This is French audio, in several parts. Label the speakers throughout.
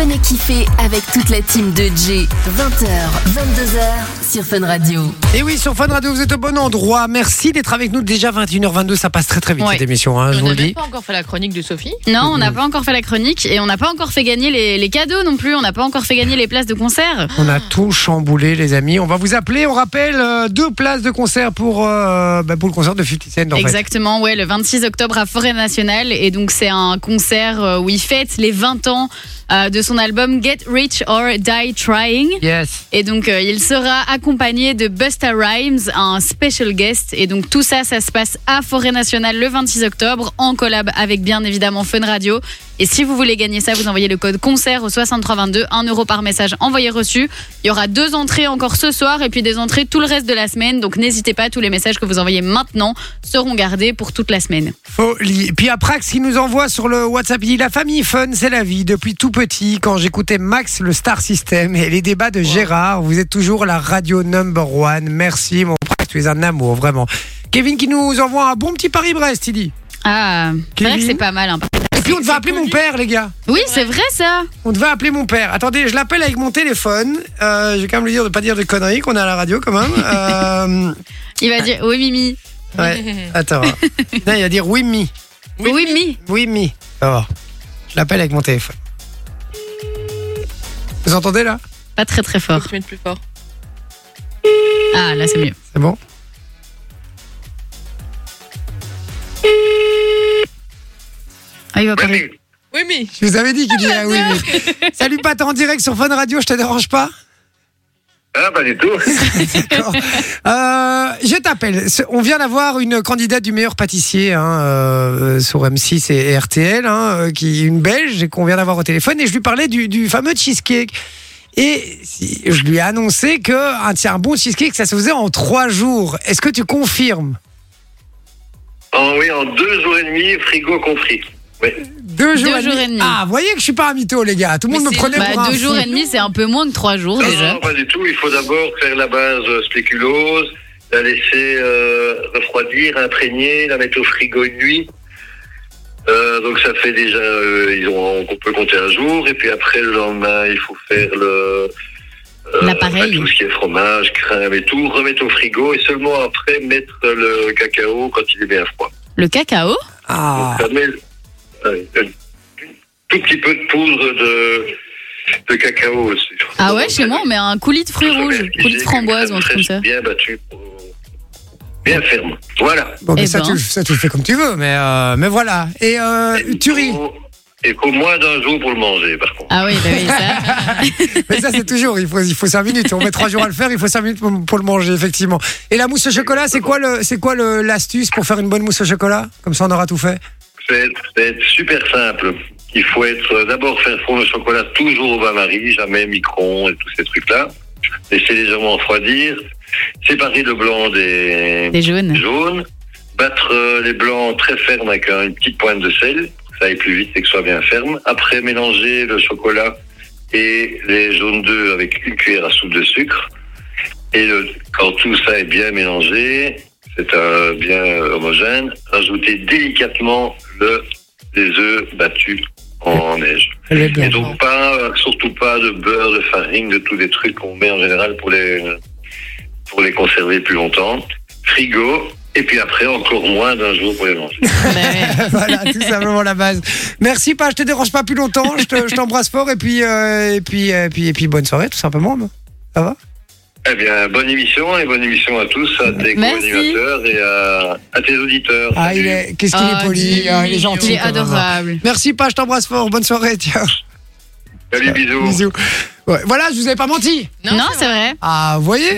Speaker 1: Venez kiffer avec toute la team de J. 20h, 22h sur Fun Radio.
Speaker 2: Et oui, sur Fun Radio, vous êtes au bon endroit. Merci d'être avec nous. Déjà 21h22, ça passe très très vite
Speaker 3: Ouais.
Speaker 2: cette émission, hein, je
Speaker 3: on
Speaker 2: vous
Speaker 3: n'a
Speaker 2: le
Speaker 3: même
Speaker 2: dis.
Speaker 3: pas encore fait la chronique de Sophie.
Speaker 4: Non, on n'a pas encore fait la chronique et on n'a pas encore fait gagner les, les cadeaux non plus. On n'a pas encore fait gagner les places de concert.
Speaker 2: On a tout chamboulé, les amis. On va vous appeler. On rappelle euh, deux places de concert pour, euh, bah, pour le concert de 50 Cent. En fait.
Speaker 4: Exactement, ouais, le 26 octobre à Forêt Nationale. Et donc, c'est un concert euh, où il fête les 20 ans euh, de son album Get Rich or Die Trying.
Speaker 2: Yes.
Speaker 4: Et donc, euh, il sera accompagné de Busta Rhymes, un special guest. Et donc, tout ça, ça se passe à Forêt Nationale le 26 octobre, en collab avec bien évidemment Fun Radio. Et si vous voulez gagner ça, vous envoyez le code concert au 6322, 1 euro par message envoyé reçu. Il y aura deux entrées encore ce soir et puis des entrées tout le reste de la semaine. Donc, n'hésitez pas, tous les messages que vous envoyez maintenant seront gardés pour toute la semaine.
Speaker 2: Folie. Puis à Prax qui nous envoie sur le WhatsApp, il dit La famille Fun, c'est la vie. Depuis tout petit, quand j'écoutais Max, le Star System et les débats de Gérard, vous êtes toujours la radio number one. Merci, mon Prax, tu es un amour, vraiment. Kevin qui nous envoie un bon petit Paris-Brest, il dit.
Speaker 4: Ah, c'est vrai que
Speaker 2: Kevin
Speaker 4: c'est pas mal. hein.
Speaker 2: Et puis on devait appeler mon père, les gars.
Speaker 4: Oui, c'est vrai ça.
Speaker 2: On devait appeler mon père. Attendez, je l'appelle avec mon téléphone. Euh, je vais quand même lui dire de pas dire de conneries qu'on est à la radio quand même. Euh,
Speaker 4: Il va dire Oui, Mimi.
Speaker 2: ouais. Attends. Non, il va dire oui, mi.
Speaker 4: Oui, Mimi.
Speaker 2: Oui, mi. Ça va. Je l'appelle avec mon téléphone. Vous entendez là
Speaker 4: Pas très très
Speaker 3: Faut
Speaker 4: fort.
Speaker 3: que tu mettes plus fort.
Speaker 4: Ah, là, c'est mieux.
Speaker 2: C'est bon
Speaker 4: Ah, il va pas répondre.
Speaker 3: Oui, mais.
Speaker 2: Je vous avais dit qu'il disait ah, oui, mi. Salut Pat, en direct sur Fun Radio, je te dérange pas
Speaker 5: Ah, pas du tout.
Speaker 2: D'accord. Euh, je t'appelle. Ce- On vient d'avoir une candidate du meilleur pâtissier hein, euh, sur M6 et et RTL, hein, euh, qui une belge et qu'on vient d'avoir au téléphone. Et je lui parlais du, du fameux cheesecake. Et si- je lui ai annoncé que un, tiens, un bon cheesecake, ça se faisait en trois jours. Est-ce que tu confirmes
Speaker 5: En, oui, en deux jours et demi, frigo compris. Oui.
Speaker 2: Deux jours,
Speaker 4: Deux jours et demi.
Speaker 2: Ah, vous voyez que je suis pas un mytho, les gars. Tout le
Speaker 3: Mais
Speaker 2: monde me
Speaker 3: c'est-
Speaker 2: prenait
Speaker 4: Bah,
Speaker 2: pour un
Speaker 4: deux
Speaker 2: fou.
Speaker 4: jours et demi, c'est un peu moins que trois jours
Speaker 5: Non,
Speaker 4: déjà.
Speaker 5: non, pas du tout. Il faut d'abord faire la base euh, spéculose, la laisser euh, refroidir, imprégner, la mettre au frigo une nuit. Euh, donc ça fait déjà, euh, ils ont, on peut compter un jour. Et puis après, le lendemain, il faut faire le... euh,
Speaker 4: L'appareil.
Speaker 5: bah, tout ce qui est fromage, crème et tout, remettre au frigo et seulement après mettre le cacao quand il est bien froid.
Speaker 4: Le cacao
Speaker 2: Ah,
Speaker 5: Ça met euh, un tout petit peu de poudre de, de cacao aussi.
Speaker 4: Ah ouais, chez moi, on met un coulis de fruits rouges, coulis de framboise ou un truc comme ça.
Speaker 5: Bien battu, pour- bien ferme. Voilà.
Speaker 2: bon, mais
Speaker 4: Eh
Speaker 2: ça,
Speaker 4: ben.
Speaker 2: tu, ça, tu le fais comme tu veux, mais, euh, mais voilà. Et euh, tu ris.
Speaker 5: Et qu'au moins d'un jour pour le manger, par contre.
Speaker 4: Ah oui, bah oui, ça.
Speaker 2: Mais ça, c'est toujours, il faut, il faut 5 minutes. On met 3 jours à le faire, il faut 5 minutes pour, pour le manger, effectivement. Et la mousse au chocolat, c'est quoi le, c'est quoi le, l'astuce pour faire une bonne mousse au chocolat? Comme ça, on aura tout fait.
Speaker 5: C'est c'est super simple. Il faut être euh, d'abord faire fondre le chocolat toujours au bain-marie, jamais micron et tous ces trucs-là. Laisser légèrement refroidir. Séparer le blanc des,
Speaker 4: Des jaunes.
Speaker 5: jaune, battre euh, les blancs très fermes avec euh, une petite pointe de sel, pour que ça aille plus vite et que ce soit bien ferme. Après, mélanger le chocolat et les jaunes d'œufs avec une cuillère à soupe de sucre. Et le- quand tout ça est bien mélangé, c'est euh, bien euh, homogène, rajouter délicatement le, les œufs battus en neige. Et donc pas, euh, surtout pas de beurre, de farine, de tous les trucs qu'on met en général pour les pour les conserver plus longtemps. Frigo. Et puis après encore moins d'un jour pour les manger.
Speaker 4: Bah ouais.
Speaker 2: voilà, tout simplement la base. Merci, pas, je te dérange pas plus longtemps, je, te- je t'embrasse fort, et puis, euh, et puis, et puis, et puis, bonne soirée, tout simplement. Ça va?
Speaker 5: Eh bien, bonne émission et bonne émission à tous, à tes
Speaker 4: Merci.
Speaker 5: co-animateurs et à, à tes auditeurs.
Speaker 2: Ah, il
Speaker 5: Salut.
Speaker 2: est, qu'est-ce qu'il est
Speaker 4: Oh,
Speaker 2: poli,
Speaker 4: dis-
Speaker 2: ah, il est gentil.
Speaker 4: Il est
Speaker 2: quand même.
Speaker 4: adorable.
Speaker 2: Merci, pas, je t'embrasse fort, bonne soirée, tiens. euh,
Speaker 5: Salut, bisous.
Speaker 2: Bisous. Ouais, voilà, je vous avais pas menti.
Speaker 4: Non, c'est vrai.
Speaker 2: Ah, vous voyez?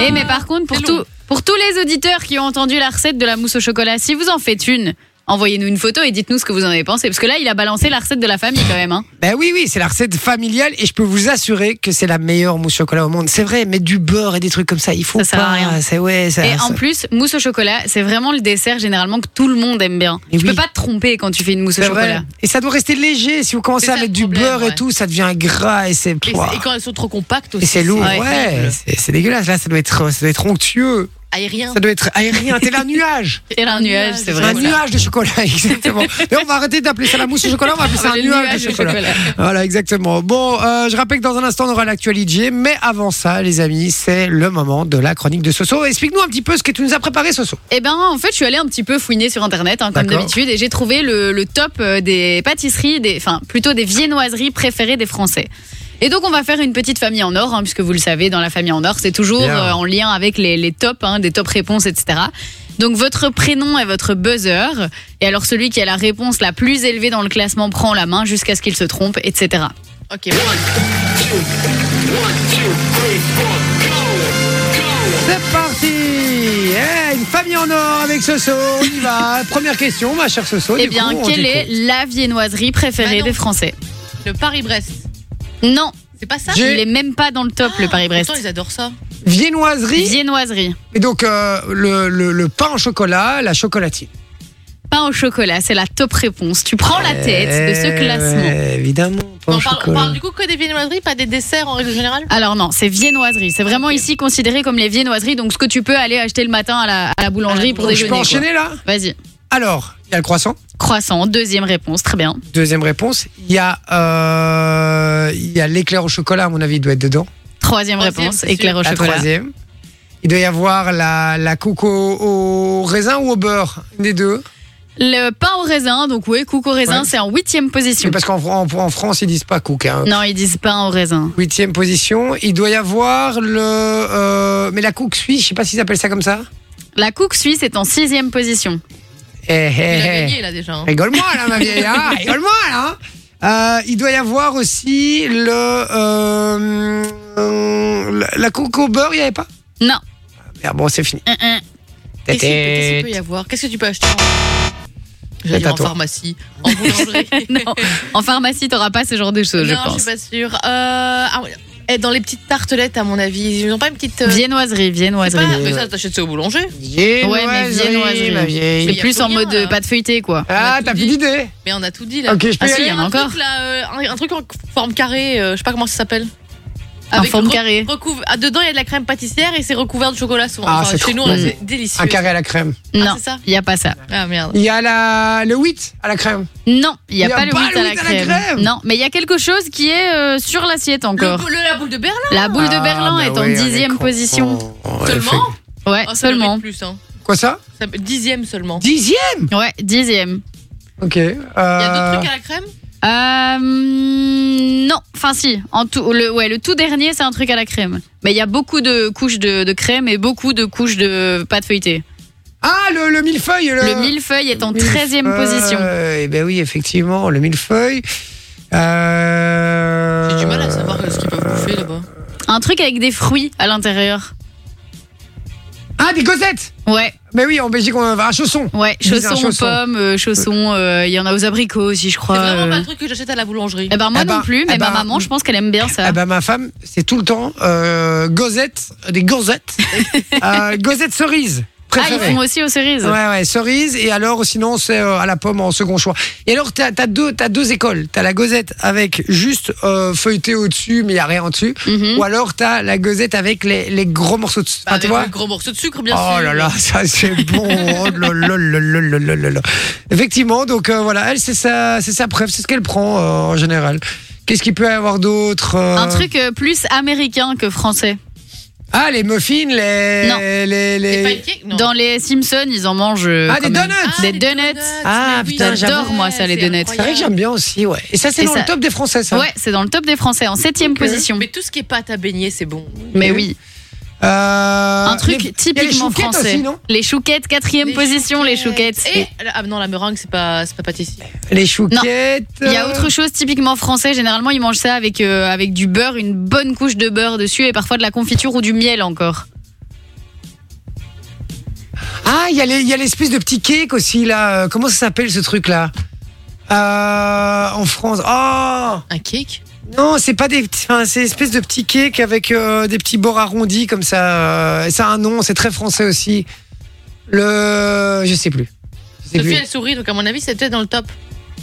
Speaker 4: Eh, mais par contre, pour,
Speaker 3: c'est long.
Speaker 4: tout, pour tous les auditeurs qui ont entendu la recette de la mousse au chocolat, si vous en faites une, envoyez-nous une photo et dites-nous ce que vous en avez pensé. Parce que là, il a balancé la recette de la famille quand même. Hein.
Speaker 2: Ben oui, oui, c'est la recette familiale et je peux vous assurer que c'est la meilleure mousse au chocolat au monde. C'est vrai, mais du beurre et des trucs comme ça, il faut
Speaker 4: Ça sert à
Speaker 2: pas.
Speaker 4: rien.
Speaker 2: C'est ouais, ça.
Speaker 4: Et
Speaker 2: Ah, ça-
Speaker 4: en plus, mousse au chocolat, c'est vraiment le dessert généralement que tout le monde aime bien.
Speaker 2: Mais
Speaker 4: tu
Speaker 2: Eh oui.
Speaker 4: peux pas te tromper quand tu fais une mousse au
Speaker 2: c'est vrai.
Speaker 4: chocolat.
Speaker 2: Et ça doit rester léger. Si vous commencez
Speaker 3: C'est
Speaker 2: à
Speaker 3: ça
Speaker 2: mettre
Speaker 3: le
Speaker 2: du
Speaker 3: problème,
Speaker 2: beurre et
Speaker 3: ouais.
Speaker 2: tout, ça devient gras et c'est.
Speaker 3: Et, c'est- et quand elles sont trop compactes
Speaker 2: Et
Speaker 3: aussi.
Speaker 2: c'est lourd,
Speaker 4: c'est
Speaker 2: ouais.
Speaker 3: horrible.
Speaker 2: C'est c'est dégueulasse. Là, ça doit être, ça doit être onctueux.
Speaker 3: aérien.
Speaker 2: Ça doit être aérien. T'es là, nuage.
Speaker 4: Et un nuage, c'est vrai.
Speaker 2: un
Speaker 4: voilà.
Speaker 2: nuage de chocolat, exactement. Et on va arrêter d'appeler ça la mousse au chocolat, on va appeler ça un
Speaker 4: Le
Speaker 2: nuage, de chocolat. Voilà, exactement. Bon, euh, je rappelle que dans un instant, on aura l'actualité. Mais avant ça, les amis, c'est le moment de la chronique de Soso. Explique-nous un petit peu ce que tu nous as préparé, Soso.
Speaker 4: Eh ben, en fait, je suis allée un petit peu fouiner sur Internet, hein, comme
Speaker 2: D'accord.
Speaker 4: d'habitude, et j'ai trouvé le, le top euh, des pâtisseries, des, enfin, plutôt des viennoiseries préférées des Français. Et donc, on va faire une petite famille en or, hein, puisque vous le savez, dans la famille en or, c'est toujours
Speaker 2: Bien.
Speaker 4: euh, en lien avec les, les tops, hein, des top réponses, etc. Donc, votre prénom et votre buzzer. Et alors, celui qui a la réponse la plus élevée dans le classement prend la main jusqu'à ce qu'il se trompe, etc.
Speaker 2: Oh,
Speaker 3: Ok, bon.
Speaker 2: C'est parti Eh, Une famille en or avec Soso, on y va. Première question, ma chère Soso.
Speaker 4: Eh
Speaker 2: du
Speaker 4: bien,
Speaker 2: coup, on
Speaker 4: quelle est
Speaker 2: t'écoute.
Speaker 4: la viennoiserie préférée
Speaker 3: Bah non.
Speaker 4: des Français
Speaker 3: le Paris-Brest.
Speaker 4: Non,
Speaker 3: C'est pas ça
Speaker 2: J'ai-
Speaker 4: il est même pas dans le top, le Paris-Brest.
Speaker 3: Pourtant, ils adorent ça.
Speaker 2: Oh, Viennoiserie,
Speaker 4: Viennoiserie.
Speaker 2: et donc euh, le, le- le pain au chocolat, la chocolatine.
Speaker 4: Pain au chocolat, c'est la top réponse. Tu prends la tête de ce
Speaker 2: Eh,
Speaker 4: classement.
Speaker 2: ouais, évidemment, pain
Speaker 3: on,
Speaker 2: au
Speaker 3: parle, on
Speaker 2: chocolat.
Speaker 3: parle du coup que des viennoiseries, pas des desserts en règle générale
Speaker 4: Alors non, c'est viennoiserie. C'est vraiment ici considéré comme les viennoiseries, donc ce que tu peux aller acheter le matin à la, à la boulangerie pour
Speaker 2: Donc, je
Speaker 4: déjeuner.
Speaker 2: peux
Speaker 4: quoi.
Speaker 2: enchaîner là
Speaker 4: Vas-y.
Speaker 2: Alors, il y a le croissant.
Speaker 4: Croissant, deuxième réponse, très bien.
Speaker 2: Deuxième réponse, il y a, euh, il y a l'éclair au chocolat, à mon avis, il doit être dedans.
Speaker 4: Troisième
Speaker 3: Troisième,
Speaker 4: réponse,
Speaker 3: c'est
Speaker 4: éclair au
Speaker 2: la
Speaker 4: chocolat.
Speaker 2: troisième. Il doit y avoir la, la coucou au, au raisin ou au beurre, une des deux.
Speaker 4: Le pain au raisin, donc oui, coucou au raisin,
Speaker 2: Ouais.
Speaker 4: c'est en huitième
Speaker 2: Mais
Speaker 4: position.
Speaker 2: Parce qu'en Fran- en, France, ils disent pas cook. hein.
Speaker 4: Non, ils disent pain au raisin.
Speaker 2: Huitième position. Il doit y avoir le. euh, mais la cook suisse, je sais pas s'ils appellent ça comme ça.
Speaker 4: La couque suisse est en sixième position.
Speaker 2: Eh, eh,
Speaker 3: Il a
Speaker 2: eh.
Speaker 3: gagné là déjà. hein.
Speaker 2: Rigole-moi là, ma vieille. hein. Rigole-moi là. hein. Euh, il doit y avoir aussi le. euh, euh, la- la cook au beurre, il n'y avait pas Ah,
Speaker 4: Non.
Speaker 2: Merde, bon, c'est fini.
Speaker 4: Hum, hum.
Speaker 3: Qu'est-ce qu'il qu'est-ce qu'il peut y avoir Qu'est-ce que tu peux acheter en, J'allais
Speaker 2: Tête
Speaker 3: dire
Speaker 2: à
Speaker 3: en
Speaker 2: toi.
Speaker 3: pharmacie, en boulangerie
Speaker 4: non. En pharmacie, t'auras pas ce genre de choses, je
Speaker 3: non, je
Speaker 4: pense.
Speaker 3: suis pas sûre. Euh, ah ouais. Eh, dans les petites tartelettes, à mon avis, ils n'ont pas une petite. euh,
Speaker 4: Viennoiserie,
Speaker 3: c'est pas-
Speaker 4: viennoiserie.
Speaker 3: Mais ça, t'achètes ça au boulanger.
Speaker 4: Ouais, mais
Speaker 2: Viennoiserie,
Speaker 4: viennoiserie.
Speaker 2: ma vieille.
Speaker 3: Mais
Speaker 4: C'est
Speaker 3: y a
Speaker 4: plus
Speaker 3: plus
Speaker 4: en
Speaker 3: rien,
Speaker 4: mode
Speaker 3: là.
Speaker 4: euh, pâte feuilletée, quoi.
Speaker 2: Ah,
Speaker 3: on a
Speaker 2: t'as
Speaker 3: tout
Speaker 2: plus
Speaker 3: dit.
Speaker 2: d'idée
Speaker 3: Mais on a tout dit là.
Speaker 2: Ok, je peux
Speaker 4: Ah,
Speaker 2: y
Speaker 4: si,
Speaker 2: aller
Speaker 4: il y en a
Speaker 3: un
Speaker 4: encore.
Speaker 3: truc, là, euh, un, un truc en forme carrée, euh, je sais pas comment ça s'appelle.
Speaker 4: En
Speaker 3: Avec
Speaker 4: forme
Speaker 3: re-
Speaker 4: carrée.
Speaker 3: recouv- ah, dedans, il y a de la crème pâtissière et c'est recouvert de chocolat souvent.
Speaker 2: Ah,
Speaker 3: Enfin,
Speaker 2: c'est
Speaker 3: chez
Speaker 2: trop
Speaker 3: nous, on-
Speaker 2: bon.
Speaker 3: c'est délicieux.
Speaker 2: Un carré à la crème.
Speaker 3: Ah,
Speaker 4: Non,
Speaker 3: c'est ça
Speaker 4: il n'y a pas ça.
Speaker 3: Ah merde.
Speaker 2: Il y a la, le 8 à la crème.
Speaker 4: Non, il n'y a, pas le
Speaker 2: pas
Speaker 4: huit à la crème.
Speaker 2: crème.
Speaker 4: Non, mais il y a quelque chose qui est euh, sur l'assiette
Speaker 3: Le,
Speaker 4: encore.
Speaker 3: le- la boule de Berlin
Speaker 4: La boule de
Speaker 2: Ah,
Speaker 4: Berlin
Speaker 2: bah
Speaker 4: est en
Speaker 2: oui, on
Speaker 4: dixième
Speaker 2: con.
Speaker 4: position.
Speaker 2: Oh, ouais,
Speaker 3: seulement
Speaker 2: fait-
Speaker 4: Ouais,
Speaker 3: Ah, ça mérite
Speaker 4: seulement.
Speaker 3: plus, hein.
Speaker 2: Quoi ça
Speaker 3: Ça- Dixième seulement.
Speaker 2: Dixième
Speaker 4: Ouais, dixième.
Speaker 2: Ok. euh,
Speaker 3: Il y a d'autres trucs à la crème
Speaker 4: Euh, non, enfin si. En tout, le, ouais, le tout dernier, c'est un truc à la crème. Mais il y a beaucoup de couches de, de crème et beaucoup de couches de pâte feuilletée.
Speaker 2: Ah, le, le millefeuille. Le,
Speaker 4: le millefeuille est en treizième
Speaker 2: millefeuille,
Speaker 4: position.
Speaker 2: Eh ben oui, effectivement, le millefeuille. Euh...
Speaker 3: J'ai du mal à savoir euh, ce qu'ils peuvent bouffer là-bas.
Speaker 4: Un truc avec des fruits à l'intérieur.
Speaker 2: Ah, des cossettes
Speaker 4: Ouais,
Speaker 2: Mais oui, en Belgique, on a un chausson.
Speaker 4: ouais.
Speaker 2: Ils disent un
Speaker 4: Chaussons aux
Speaker 2: chausson.
Speaker 4: pommes, euh, chaussons. euh, Il y en a aux abricots aussi, je crois.
Speaker 3: C'est vraiment pas
Speaker 4: euh.
Speaker 3: le truc que j'achète à la boulangerie.
Speaker 4: Eh ben moi
Speaker 2: Eh ben,
Speaker 4: non plus, mais
Speaker 2: eh
Speaker 4: ma
Speaker 2: ben,
Speaker 4: maman, je pense qu'elle aime bien ça.
Speaker 2: Ah bah ma femme, c'est tout le temps euh, gosette, des gosettes, euh, gosettes cerises
Speaker 4: ah, ils
Speaker 2: préférées.
Speaker 4: font aussi aux cerises.
Speaker 2: Ouais, ouais, cerise. Et alors, sinon, c'est euh, à la pomme en second choix. Et alors, t'as as deux, t'as deux écoles. T'as la gosette avec juste euh, feuilleté au-dessus, mais il n'y a rien en dessus.
Speaker 4: Mhm.
Speaker 2: Ou alors, t'as la gosette avec les, les gros morceaux de.
Speaker 3: Bah,
Speaker 2: enfin, tu
Speaker 3: avec
Speaker 2: vois
Speaker 3: le gros morceau de sucre, bien sûr.
Speaker 2: Oh là là, ça c'est bon. Oh là là là là là là là là. Effectivement, donc euh, voilà, elle, c'est sa, c'est sa preuve, c'est ce qu'elle prend euh, en général. Qu'est-ce qu'il peut y avoir d'autre euh,
Speaker 4: Un truc euh, plus américain que français.
Speaker 2: Ah, les muffins, les.
Speaker 4: Non.
Speaker 2: Les, les-
Speaker 3: Des pancakes Non.
Speaker 4: Dans les Simpsons, ils en mangent. euh,
Speaker 2: Ah,
Speaker 4: quand
Speaker 2: des
Speaker 4: même.
Speaker 2: donuts
Speaker 4: Des donuts.
Speaker 2: Ah,
Speaker 3: mais oui,
Speaker 2: putain,
Speaker 3: j'adore,
Speaker 4: j'avoue. moi, ça, les
Speaker 3: c'est
Speaker 4: donuts.
Speaker 2: C'est vrai que j'aime bien aussi, ouais. Et ça, c'est
Speaker 4: Et
Speaker 2: dans
Speaker 4: ça-
Speaker 2: le top des Français, ça.
Speaker 4: Ouais, c'est dans le top des Français, en septième position.
Speaker 3: Mais tout ce qui est pâte à beignet, c'est bon.
Speaker 4: Mais oui.
Speaker 2: Euh,
Speaker 4: Un
Speaker 2: les- il
Speaker 4: truc
Speaker 2: y a les
Speaker 4: typiquement
Speaker 2: chouquettes
Speaker 4: français.
Speaker 2: aussi, non
Speaker 4: les chouquettes, quatrième position, les chouquettes.
Speaker 3: Et ah non, la meringue, c'est pas, c'est pas pâtissier.
Speaker 2: les chouquettes.
Speaker 4: Il y a
Speaker 2: euh,
Speaker 4: autre chose typiquement français. Généralement, ils mangent ça avec, euh, avec du beurre, une bonne couche de beurre dessus et parfois de la confiture ou du miel encore.
Speaker 2: Ah, il y a les- il y a l'espèce de petit cake aussi, là. Euh, Comment ça s'appelle ce truc-là Euh, En France. Oh
Speaker 3: Un cake
Speaker 2: Non, c'est pas des petits. Enfin, c'est espèce de petit cake avec euh, des petits bords arrondis comme ça. euh, et ça a un nom, c'est très français aussi. Le. Je sais plus. Je sais
Speaker 3: Sophie,
Speaker 2: plus.
Speaker 3: elle sourit, donc à mon avis, c'est peut-être dans le top.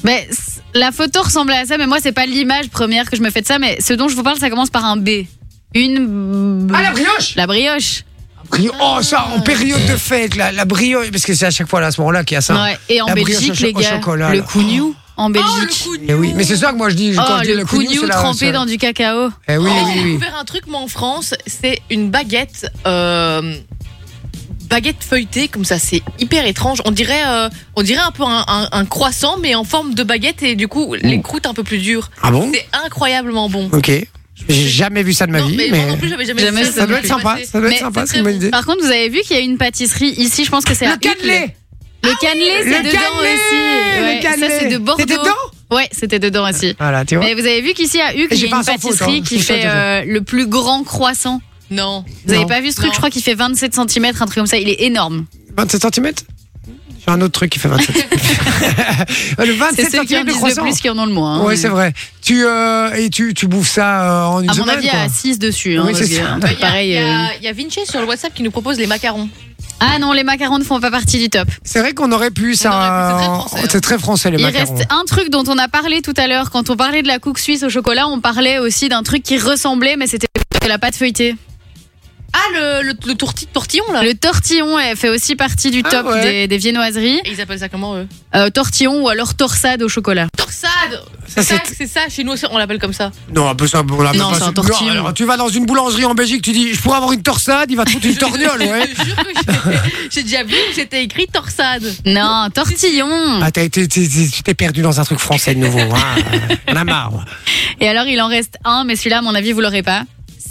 Speaker 4: Mais c- la photo ressemblait à ça, mais moi, c'est pas l'image première que je me fais de ça. Mais ce dont je vous parle, ça commence par un B. Une.
Speaker 2: Ah, la brioche
Speaker 4: La brioche.
Speaker 2: Brio- Oh, ça, en période de fête, la, la brioche. Parce que c'est à chaque fois là, à ce moment-là qu'il y a ça.
Speaker 4: Ouais. Et en
Speaker 2: Ah. La brioche au
Speaker 4: Belgique,
Speaker 2: cho-
Speaker 4: les
Speaker 2: au
Speaker 4: gars,
Speaker 2: chocolat,
Speaker 4: le
Speaker 2: là.
Speaker 4: cougnou en Belgique.
Speaker 3: Oh,
Speaker 2: Eh oui, mais c'est ça que moi je dis. Quand
Speaker 4: Oh,
Speaker 2: je dis
Speaker 4: le
Speaker 2: cougnou,
Speaker 4: cougnou
Speaker 2: c'est la-
Speaker 4: trempé
Speaker 2: c'est-
Speaker 4: dans du cacao.
Speaker 2: Eh oui,
Speaker 3: Oh,
Speaker 2: oui,
Speaker 3: J'ai
Speaker 2: oui.
Speaker 3: découvert un truc, moi, en France, c'est une baguette. euh, baguette feuilletée, comme ça, c'est hyper étrange. On dirait, euh, on dirait un peu un, un- un croissant, mais en forme de baguette, et du coup, les croûtes un peu plus dures.
Speaker 2: Ah bon
Speaker 3: C'est incroyablement bon.
Speaker 2: Ok. J'ai jamais vu ça de ma
Speaker 3: non,
Speaker 2: vie,
Speaker 3: mais, moi
Speaker 2: mais.
Speaker 3: non plus, j'avais jamais,
Speaker 4: Jamais
Speaker 3: vu
Speaker 4: ça
Speaker 2: Ça doit
Speaker 4: non
Speaker 2: être
Speaker 4: plus.
Speaker 2: sympa, ça doit être
Speaker 4: Mais
Speaker 2: sympa,
Speaker 3: c'est
Speaker 2: c'est une bonne
Speaker 3: très
Speaker 2: idée.
Speaker 4: Par contre, vous avez vu qu'il y a une pâtisserie ici, je pense que c'est à
Speaker 2: Le
Speaker 4: Hucle.
Speaker 2: cannelé Ah
Speaker 4: Le cannelé, c'est
Speaker 2: Le
Speaker 4: dedans
Speaker 2: cannelé
Speaker 4: aussi. Ouais,
Speaker 2: Le cannelé
Speaker 4: Ça, c'est de Bordeaux.
Speaker 2: T'étais dedans
Speaker 4: Ouais, c'était dedans aussi.
Speaker 2: Voilà, tu vois.
Speaker 4: Mais vous avez vu qu'ici à Hucle,
Speaker 2: Et
Speaker 4: il y
Speaker 2: j'ai
Speaker 4: a
Speaker 2: pas un
Speaker 4: une
Speaker 2: sans faute,
Speaker 4: pâtisserie
Speaker 2: hein, je
Speaker 4: qui
Speaker 2: suis
Speaker 4: fait
Speaker 2: sûr que
Speaker 4: euh, le plus grand croissant.
Speaker 3: Non.
Speaker 4: Vous avez
Speaker 2: Non. Ah,
Speaker 4: pas vu ce truc
Speaker 3: Non.
Speaker 4: Je crois qu'il fait 27 cm, un truc comme ça. Il est énorme.
Speaker 2: 27 cm J'ai un autre truc qui fait 27 Le
Speaker 4: C'est
Speaker 2: 27
Speaker 4: ceux qui en
Speaker 2: cm de
Speaker 4: disent le
Speaker 2: croissant.
Speaker 4: plus qui en ont le moins. hein.
Speaker 2: Oui, c'est vrai. Tu, euh, et tu, tu bouffes ça euh, en une
Speaker 4: À mon
Speaker 2: semaine
Speaker 4: avis, il y
Speaker 2: quoi.
Speaker 4: a 6
Speaker 2: Oui,
Speaker 4: dessus. hein,
Speaker 2: c'est
Speaker 4: parce
Speaker 2: ça.
Speaker 4: que, un truc
Speaker 3: Il
Speaker 4: pareil.
Speaker 3: y,
Speaker 4: euh.
Speaker 3: a, il y a Vinci sur le WhatsApp qui nous propose les macarons.
Speaker 4: Ah non, les macarons ne font pas partie du top.
Speaker 2: C'est vrai qu'on aurait pu ça.
Speaker 3: aurait pu, c'est très
Speaker 2: euh,
Speaker 3: français, hein.
Speaker 2: C'est très français, les
Speaker 4: Il
Speaker 2: macarons.
Speaker 4: reste un truc dont on a parlé tout à l'heure. Quand on parlait de la couque suisse au chocolat, on parlait aussi d'un truc qui ressemblait, mais c'était de la pâte feuilletée.
Speaker 3: Ah, le, le, le tourti- tortillon, là
Speaker 4: Le tortillon elle fait aussi partie du
Speaker 2: Ah
Speaker 4: top
Speaker 2: ouais.
Speaker 4: des, des viennoiseries.
Speaker 3: Et Ils appellent ça comment, eux
Speaker 4: Euh, tortillon ou alors torsade au chocolat.
Speaker 3: Torsade
Speaker 2: Ça,
Speaker 3: Ça,
Speaker 2: c'est-
Speaker 3: C'est ça, chez nous aussi, on l'appelle comme ça.
Speaker 2: Non, un peu ça. On l'appelle
Speaker 4: Non,
Speaker 2: pas
Speaker 4: c'est
Speaker 2: ça.
Speaker 4: un tortillon.
Speaker 2: Non, alors, tu vas dans une boulangerie en Belgique, tu dis Je pourrais avoir une torsade, il va te foutre une torgnole, ouais.
Speaker 3: Je te jure que j'ai- j'ai déjà vu que c'était écrit torsade.
Speaker 4: Non, tortillon.
Speaker 2: Ah, t'as été- t'es- t'es- tu t'es perdu dans un truc français de nouveau. hein. On a marre. moi.
Speaker 4: Et alors, il en reste un, mais celui-là, à mon avis, vous l'aurez pas.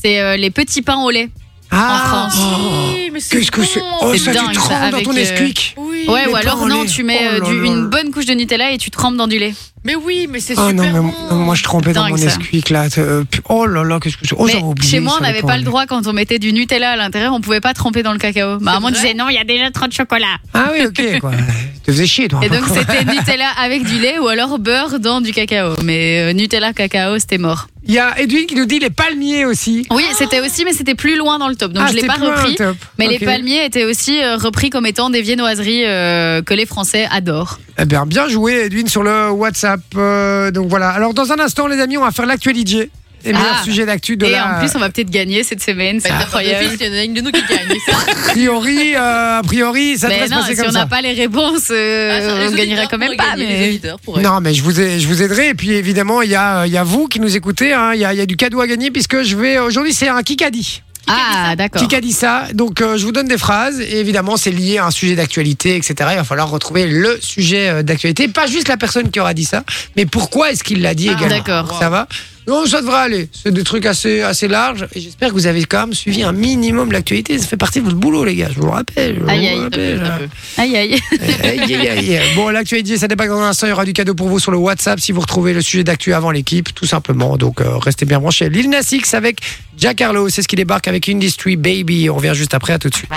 Speaker 4: C'est euh, les petits pains au lait.
Speaker 2: Ah,
Speaker 4: France.
Speaker 2: oh.
Speaker 3: Oui, mais c'est
Speaker 2: Qu'est-ce que
Speaker 3: bon.
Speaker 2: c'est Oh,
Speaker 4: C'est
Speaker 2: ça,
Speaker 4: dingue,
Speaker 2: tu
Speaker 4: ça,
Speaker 2: trempes dans
Speaker 4: avec,
Speaker 2: ton
Speaker 4: euh,
Speaker 2: esquic.
Speaker 3: Oui.
Speaker 4: Ouais,
Speaker 2: les
Speaker 4: ou alors
Speaker 2: pains au
Speaker 4: non,
Speaker 2: lait.
Speaker 4: tu mets
Speaker 2: Oh
Speaker 4: euh,
Speaker 2: là
Speaker 4: du-
Speaker 2: là là.
Speaker 4: une bonne couche de Nutella et tu trempes dans du lait.
Speaker 3: Mais oui, mais c'est
Speaker 2: Ah
Speaker 3: super
Speaker 2: non, mais
Speaker 3: bon.
Speaker 2: moi- moi je trempais dans
Speaker 4: Dingue,
Speaker 2: mon
Speaker 4: ça.
Speaker 2: esquic là. Euh, pu- Oh là là, qu'est-ce que c'est Oh,
Speaker 4: Mais
Speaker 2: j'avais oublié.
Speaker 4: chez moi, on
Speaker 2: ça,
Speaker 4: n'avait
Speaker 2: pains
Speaker 4: pas
Speaker 2: au
Speaker 4: le
Speaker 2: lait.
Speaker 4: droit quand on mettait du Nutella à l'intérieur, on pouvait pas tremper dans le cacao. Ma maman
Speaker 3: vrai
Speaker 4: disait non, il y a déjà trop de chocolat.
Speaker 2: Ah oui, ok, quoi. Tu te faisais chier, toi.
Speaker 4: Et donc c'était Nutella avec du lait ou alors beurre dans du cacao. Mais euh, Nutella cacao, c'était mort.
Speaker 2: Il y a Edwin qui nous dit les palmiers aussi.
Speaker 4: Oui, c'était aussi, mais c'était plus loin dans le top. Donc
Speaker 2: ah,
Speaker 4: je l'ai
Speaker 2: c'était
Speaker 4: pas
Speaker 2: plus un
Speaker 4: repris.
Speaker 2: top.
Speaker 4: Mais
Speaker 2: Ok.
Speaker 4: les palmiers étaient aussi euh, repris comme étant des viennoiseries euh, que les Français adorent.
Speaker 2: Eh bien, bien joué, Edwin, sur le WhatsApp. Euh, donc voilà. Alors, dans un instant, les amis, on va faire l'actualité. Les meilleurs
Speaker 4: Ah.
Speaker 2: sujets d'actu de
Speaker 4: Et
Speaker 2: la.
Speaker 4: en plus, on va peut-être gagner cette semaine. C'est
Speaker 3: Bah, t'as pas de
Speaker 4: incroyable.
Speaker 3: fils, Il y en a une de nous qui gagne. ça.
Speaker 2: A priori, euh, a priori, ça
Speaker 4: Mais
Speaker 2: devrait se
Speaker 4: non,
Speaker 2: passer
Speaker 4: si
Speaker 2: comme
Speaker 4: on
Speaker 2: ça.
Speaker 4: n'a pas les réponses, euh,
Speaker 3: Ah, ça, les
Speaker 4: on gagnera
Speaker 3: auditeurs
Speaker 4: quand même
Speaker 3: pourraient
Speaker 4: pas.
Speaker 3: gagner,
Speaker 4: mais-
Speaker 3: les auditeurs pourraient.
Speaker 2: Non, mais je vous, ai- je vous aiderai. Et puis, évidemment, il y a, il y a vous qui nous écoutez. hein. Il y, a, il y a du cadeau à gagner puisque je vais. Aujourd'hui, c'est un Kikadi.
Speaker 4: Ah, d'accord.
Speaker 2: Qui a dit ça Donc, euh, je vous donne des phrases. Et évidemment, c'est lié à un sujet d'actualité, etc. Il va falloir retrouver le sujet euh, d'actualité. Pas juste la personne qui aura dit ça, mais pourquoi est-ce qu'il l'a dit
Speaker 4: Ah,
Speaker 2: également.
Speaker 4: d'accord.
Speaker 2: Ça va Non, ça devrait aller. C'est des trucs assez, assez larges. Et j'espère que vous avez quand même suivi un minimum l'actualité. Ça fait partie de votre boulot, les gars. Je vous le rappelle. je vous
Speaker 4: Aïe, aïe,
Speaker 2: le
Speaker 4: un
Speaker 2: rappelle.
Speaker 4: Aïe, aïe.
Speaker 2: Aïe, aïe, aïe, aïe. Bon, l'actualité, ça dépasse dans un instant. Il y aura du cadeau pour vous sur le WhatsApp si vous retrouvez le sujet d'actu avant l'équipe, tout simplement. Donc, euh, restez bien branchés. Lil Nas X avec Jack Harlow, c'est ce qui débarque avec Industry Baby. On revient juste après, à tout de suite.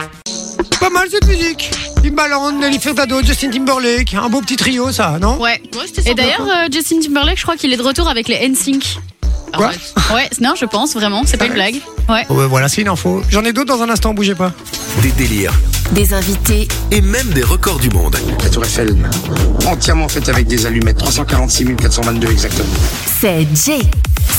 Speaker 2: Pas mal cette musique. Timbaland, Nelly Furtado, Justin Timberlake. Un beau petit trio, ça, non
Speaker 4: Ouais.
Speaker 3: Ouais, c'était
Speaker 4: Et
Speaker 3: sympa.
Speaker 4: d'ailleurs, euh, Justin Timberlake, je crois qu'il est de retour avec les NSYNC.
Speaker 2: Quoi
Speaker 3: Arrête.
Speaker 4: Ouais, non, je pense vraiment, c'est pas une blague. Ouais.
Speaker 2: Ouais, Oh, ben Voilà, c'est une info. J'en ai d'autres dans un instant, bougez pas.
Speaker 6: des délires
Speaker 1: Des invités,
Speaker 6: et même des records du monde.
Speaker 7: La tour Eiffel, entièrement faite avec des allumettes, 346 422 exactement.
Speaker 1: c'est Jay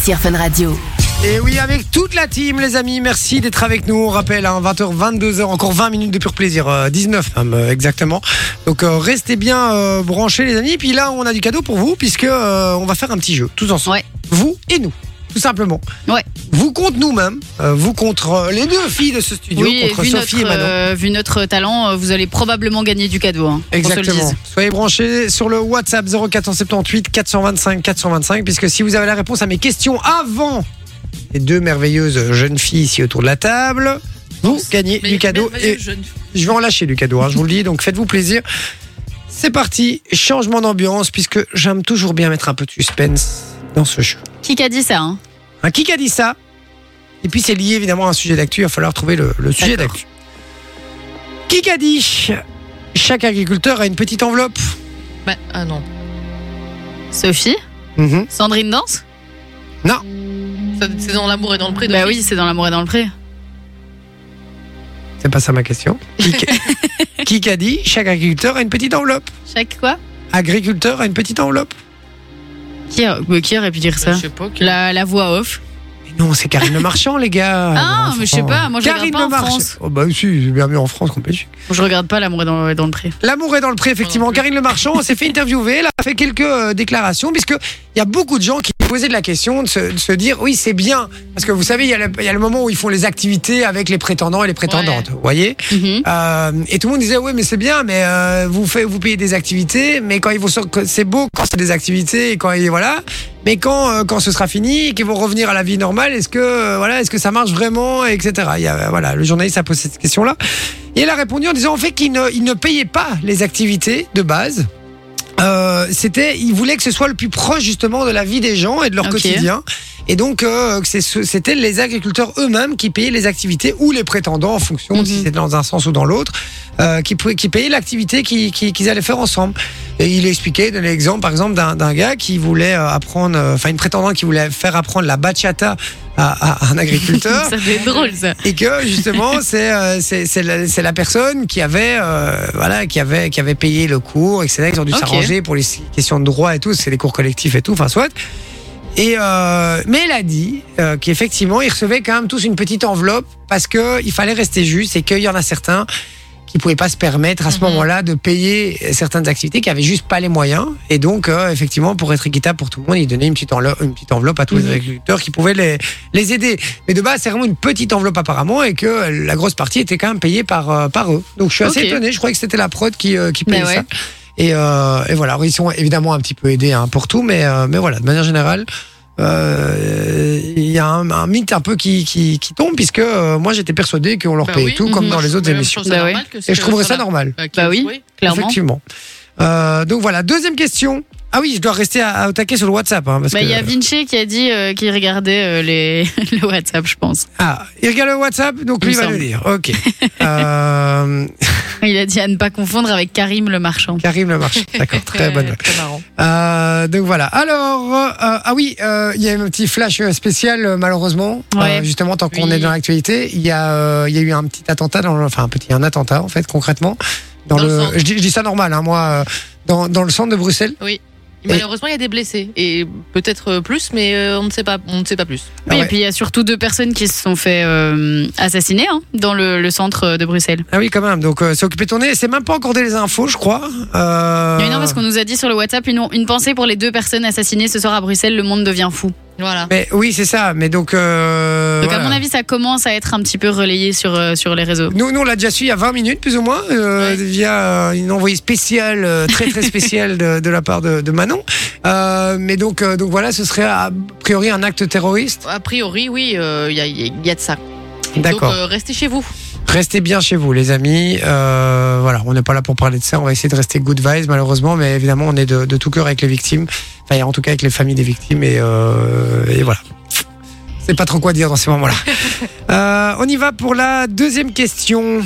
Speaker 1: sur Fun Radio.
Speaker 2: Et oui, avec toute la team, les amis, merci d'être avec nous. On rappelle, hein, 20h, 22h, encore 20 minutes de pur plaisir, euh, 19 même, euh, exactement. Donc euh, restez bien euh, branchés, les amis. Et puis là, on a du cadeau pour vous, puisque euh, on va faire un petit jeu, tous ensemble.
Speaker 4: Ouais.
Speaker 2: Vous et nous, tout simplement.
Speaker 4: Ouais.
Speaker 2: Vous contre nous-mêmes, euh, vous contre euh, les deux filles de ce studio,
Speaker 4: Oui, et
Speaker 2: contre
Speaker 4: vu
Speaker 2: Sophie
Speaker 4: notre,
Speaker 2: et Manon.
Speaker 4: euh, vu notre talent, euh, vous allez probablement gagner du cadeau. hein, qu'on se le
Speaker 2: Exactement.
Speaker 4: dise.
Speaker 2: Soyez branchés sur le WhatsApp 0478 425 425 puisque si vous avez la réponse à mes questions avant les deux merveilleuses jeunes filles ici autour de la table, vous gagnez
Speaker 3: Mais-
Speaker 2: du cadeau
Speaker 3: mais- mais
Speaker 2: et
Speaker 3: je ne-
Speaker 2: je vais en lâcher du cadeau, hein, je vous le dis, donc faites-vous plaisir. C'est parti, changement d'ambiance puisque j'aime toujours bien mettre un peu de suspense dans ce jeu.
Speaker 4: Qui a dit ça hein
Speaker 2: Un qui a dit ça Et puis c'est lié évidemment à un sujet d'actu, il va falloir trouver le, le sujet d'actu. Qui a dit Chaque agriculteur a une petite enveloppe.
Speaker 3: Bah, ah non,
Speaker 4: Sophie
Speaker 2: Mhm.
Speaker 4: Sandrine danse
Speaker 3: Ça, c'est dans l'amour et dans le prix.
Speaker 4: Bah oui, c'est dans l'amour et dans le pré.
Speaker 2: C'est pas ça ma question. Qui, qui a dit chaque agriculteur a une petite enveloppe
Speaker 4: Chaque quoi
Speaker 2: Agriculteur a a une petite enveloppe.
Speaker 4: qui, a- mais qui aurait pu dire
Speaker 3: Bah, Je
Speaker 4: ça
Speaker 3: sais pas. que-
Speaker 4: la, la voix off.
Speaker 2: Mais Non, c'est Karine Le Marchand, les gars.
Speaker 4: Ah,
Speaker 2: Non,
Speaker 4: mais je
Speaker 2: franchement,
Speaker 4: sais pas, moi, je
Speaker 2: Karine
Speaker 4: regarde pas en
Speaker 2: Lemarchand.
Speaker 4: France.
Speaker 2: Oh, bah, si, j'ai bien mieux en France qu'on Belgique.
Speaker 4: Je regarde pas l'amour est dans, est dans le pré.
Speaker 2: L'amour est dans le pré, effectivement. Karine Le Marchand s'est fait interviewer, elle a fait quelques euh, déclarations, puisque il y a beaucoup de gens qui posaient de la question de se, de se dire oui, c'est bien. Parce que vous savez, il y, a le- il y a le moment où ils font les activités avec les prétendants et les prétendantes, vous voyez
Speaker 4: Mhm.
Speaker 2: Euh, Et tout le monde disait oui, mais c'est bien, mais euh, vous, faites, vous payez des activités, mais quand ils vont sur- que c'est beau quand c'est des activités et quand ils- voilà. Mais quand, euh, quand ce sera fini et qu'ils vont revenir à la vie normale, est-ce que, euh, voilà, est-ce que ça marche vraiment, etc. Il y a, euh, voilà, le journaliste a posé cette question-là. Et elle a répondu en disant en fait qu'il ne, il ne payait pas les activités de base. Euh, c'était, il voulait que ce soit le plus proche justement de la vie des gens et de leur
Speaker 4: Ok.
Speaker 2: quotidien. Et donc, euh, que c'est- c'était les agriculteurs eux-mêmes qui payaient les activités ou les prétendants en fonction de si
Speaker 4: Mhm.
Speaker 2: c'était dans un sens ou dans l'autre, euh, qui, pou- qui payaient l'activité qui- qui- qu'ils allaient faire ensemble. Et il expliquait, il donnait l'exemple par exemple d'un d'un gars qui voulait euh, apprendre, euh, enfin une prétendante qui voulait faire apprendre la bachata à- à un agriculteur.
Speaker 4: Ça fait drôle ça.
Speaker 2: et que justement c'est euh, c'est c'est la, c'est la personne qui avait euh, voilà qui avait qui avait payé le cours etc ils ont dû
Speaker 4: Ok.
Speaker 2: s'arranger pour les questions de droit et tout c'est des cours collectifs et tout enfin soit et euh, mais elle a dit euh, qu'effectivement ils recevaient quand même tous une petite enveloppe parce que il fallait rester juste et qu'il y en a certains qui pouvaient pas se permettre à ce
Speaker 3: Mhm.
Speaker 2: moment-là de payer certaines activités qui avaient juste pas les moyens et donc euh, effectivement pour être équitable pour tout le monde ils donnaient une petite enveloppe, une petite enveloppe à tous
Speaker 3: Mhm.
Speaker 2: les agriculteurs qui pouvaient les les aider. Mais de base, c'est vraiment une petite enveloppe apparemment et que euh, la grosse partie était quand même payée par, euh, par eux. Donc je suis assez
Speaker 4: Ok.
Speaker 2: étonné, je croyais que c'était la prod qui, euh, qui
Speaker 4: Mais
Speaker 3: Ben
Speaker 2: payait
Speaker 4: ouais.
Speaker 2: ça. Et, euh, et voilà, Alors, ils sont évidemment un petit peu aidés hein, pour tout, mais, euh, mais voilà, de manière générale, euh, il y a un, un mythe un peu qui, qui, qui tombe, puisque euh, moi j'étais persuadé qu'on leur
Speaker 3: Bah
Speaker 2: payait
Speaker 3: oui.
Speaker 2: tout comme
Speaker 4: Mhm.
Speaker 2: dans les autres
Speaker 3: Moi, je
Speaker 2: émissions.
Speaker 3: trouve ça
Speaker 4: Bah oui.
Speaker 3: normal que ce
Speaker 2: Et je
Speaker 3: que-
Speaker 2: trouverais ça
Speaker 3: voilà.
Speaker 2: normal,
Speaker 3: Euh, qui-
Speaker 4: Bah oui. Clairement.
Speaker 2: effectivement. Euh, donc voilà, deuxième question. Ah oui, je dois rester à, à- au taquet sur le WhatsApp. Hein, parce
Speaker 4: Bah,
Speaker 2: que...
Speaker 4: il y a Vinci qui a dit euh, qu'il regardait euh, les... le WhatsApp, je pense.
Speaker 2: Ah, il regarde le WhatsApp, donc
Speaker 4: Il
Speaker 2: lui
Speaker 4: me
Speaker 2: va le
Speaker 4: semble.
Speaker 2: dire. Ok. euh,
Speaker 4: Il a dit à ne pas confondre avec Karim le marchand.
Speaker 2: Karim le marché. D'accord, très bonne. blague.
Speaker 3: Très marrant.
Speaker 2: Euh, donc voilà. Alors, euh, ah oui, euh, il y a un petit flash euh, spécial euh, malheureusement.
Speaker 4: Ouais.
Speaker 2: Euh, justement, tant qu'on
Speaker 3: Oui.
Speaker 2: est dans l'actualité, il y a, euh, il y a eu un petit attentat, dans le- enfin un petit un attentat en fait concrètement. Dans,
Speaker 3: Dans le
Speaker 2: le,
Speaker 3: centre.
Speaker 2: je, dis, je dis ça normal, hein, moi, euh, dans, dans le centre de Bruxelles.
Speaker 3: Malheureusement, il y a des blessés et peut-être euh, plus, mais euh, on ne sait pas, on ne sait pas plus.
Speaker 2: Ah
Speaker 4: Oui,
Speaker 2: ouais.
Speaker 4: Et puis il y a surtout deux personnes qui se sont fait euh, assassiner hein, dans le, le centre euh, de Bruxelles.
Speaker 2: Ah oui, quand même. Donc, euh, c'est occupé de tourner. C'est même pas encore des infos, je crois. Euh...
Speaker 4: Il y en a une parce qu'on nous a dit sur le WhatsApp une, une pensée pour les deux personnes assassinées ce soir à Bruxelles, le monde devient fou.
Speaker 3: Voilà.
Speaker 2: Mais oui, c'est ça. Mais donc. Euh,
Speaker 4: Donc
Speaker 2: voilà.
Speaker 4: à mon avis, ça commence à être un petit peu relayé sur, euh, sur les réseaux.
Speaker 2: Nous, nous on l'a déjà su il y a 20 minutes, plus ou moins, euh,
Speaker 3: Ouais.
Speaker 2: via euh, une envoyée spéciale, euh, très très spéciale de, de la part de, de Manon. Euh, mais donc, euh, donc voilà, ce serait a priori un acte terroriste.
Speaker 3: A priori, oui, euh, il y, a- il y a de ça.
Speaker 2: D'accord.
Speaker 3: Donc, euh, restez chez vous.
Speaker 2: Restez bien chez vous, les amis. Euh, voilà, on n'est pas là pour parler de ça. On va essayer de rester good vibes, malheureusement, mais évidemment, on est de, de tout cœur avec les victimes. Enfin, en tout cas, avec les familles des victimes. Et, euh, et voilà. C'est pas trop quoi dire dans ces moments-là. Euh, on y va pour la deuxième question.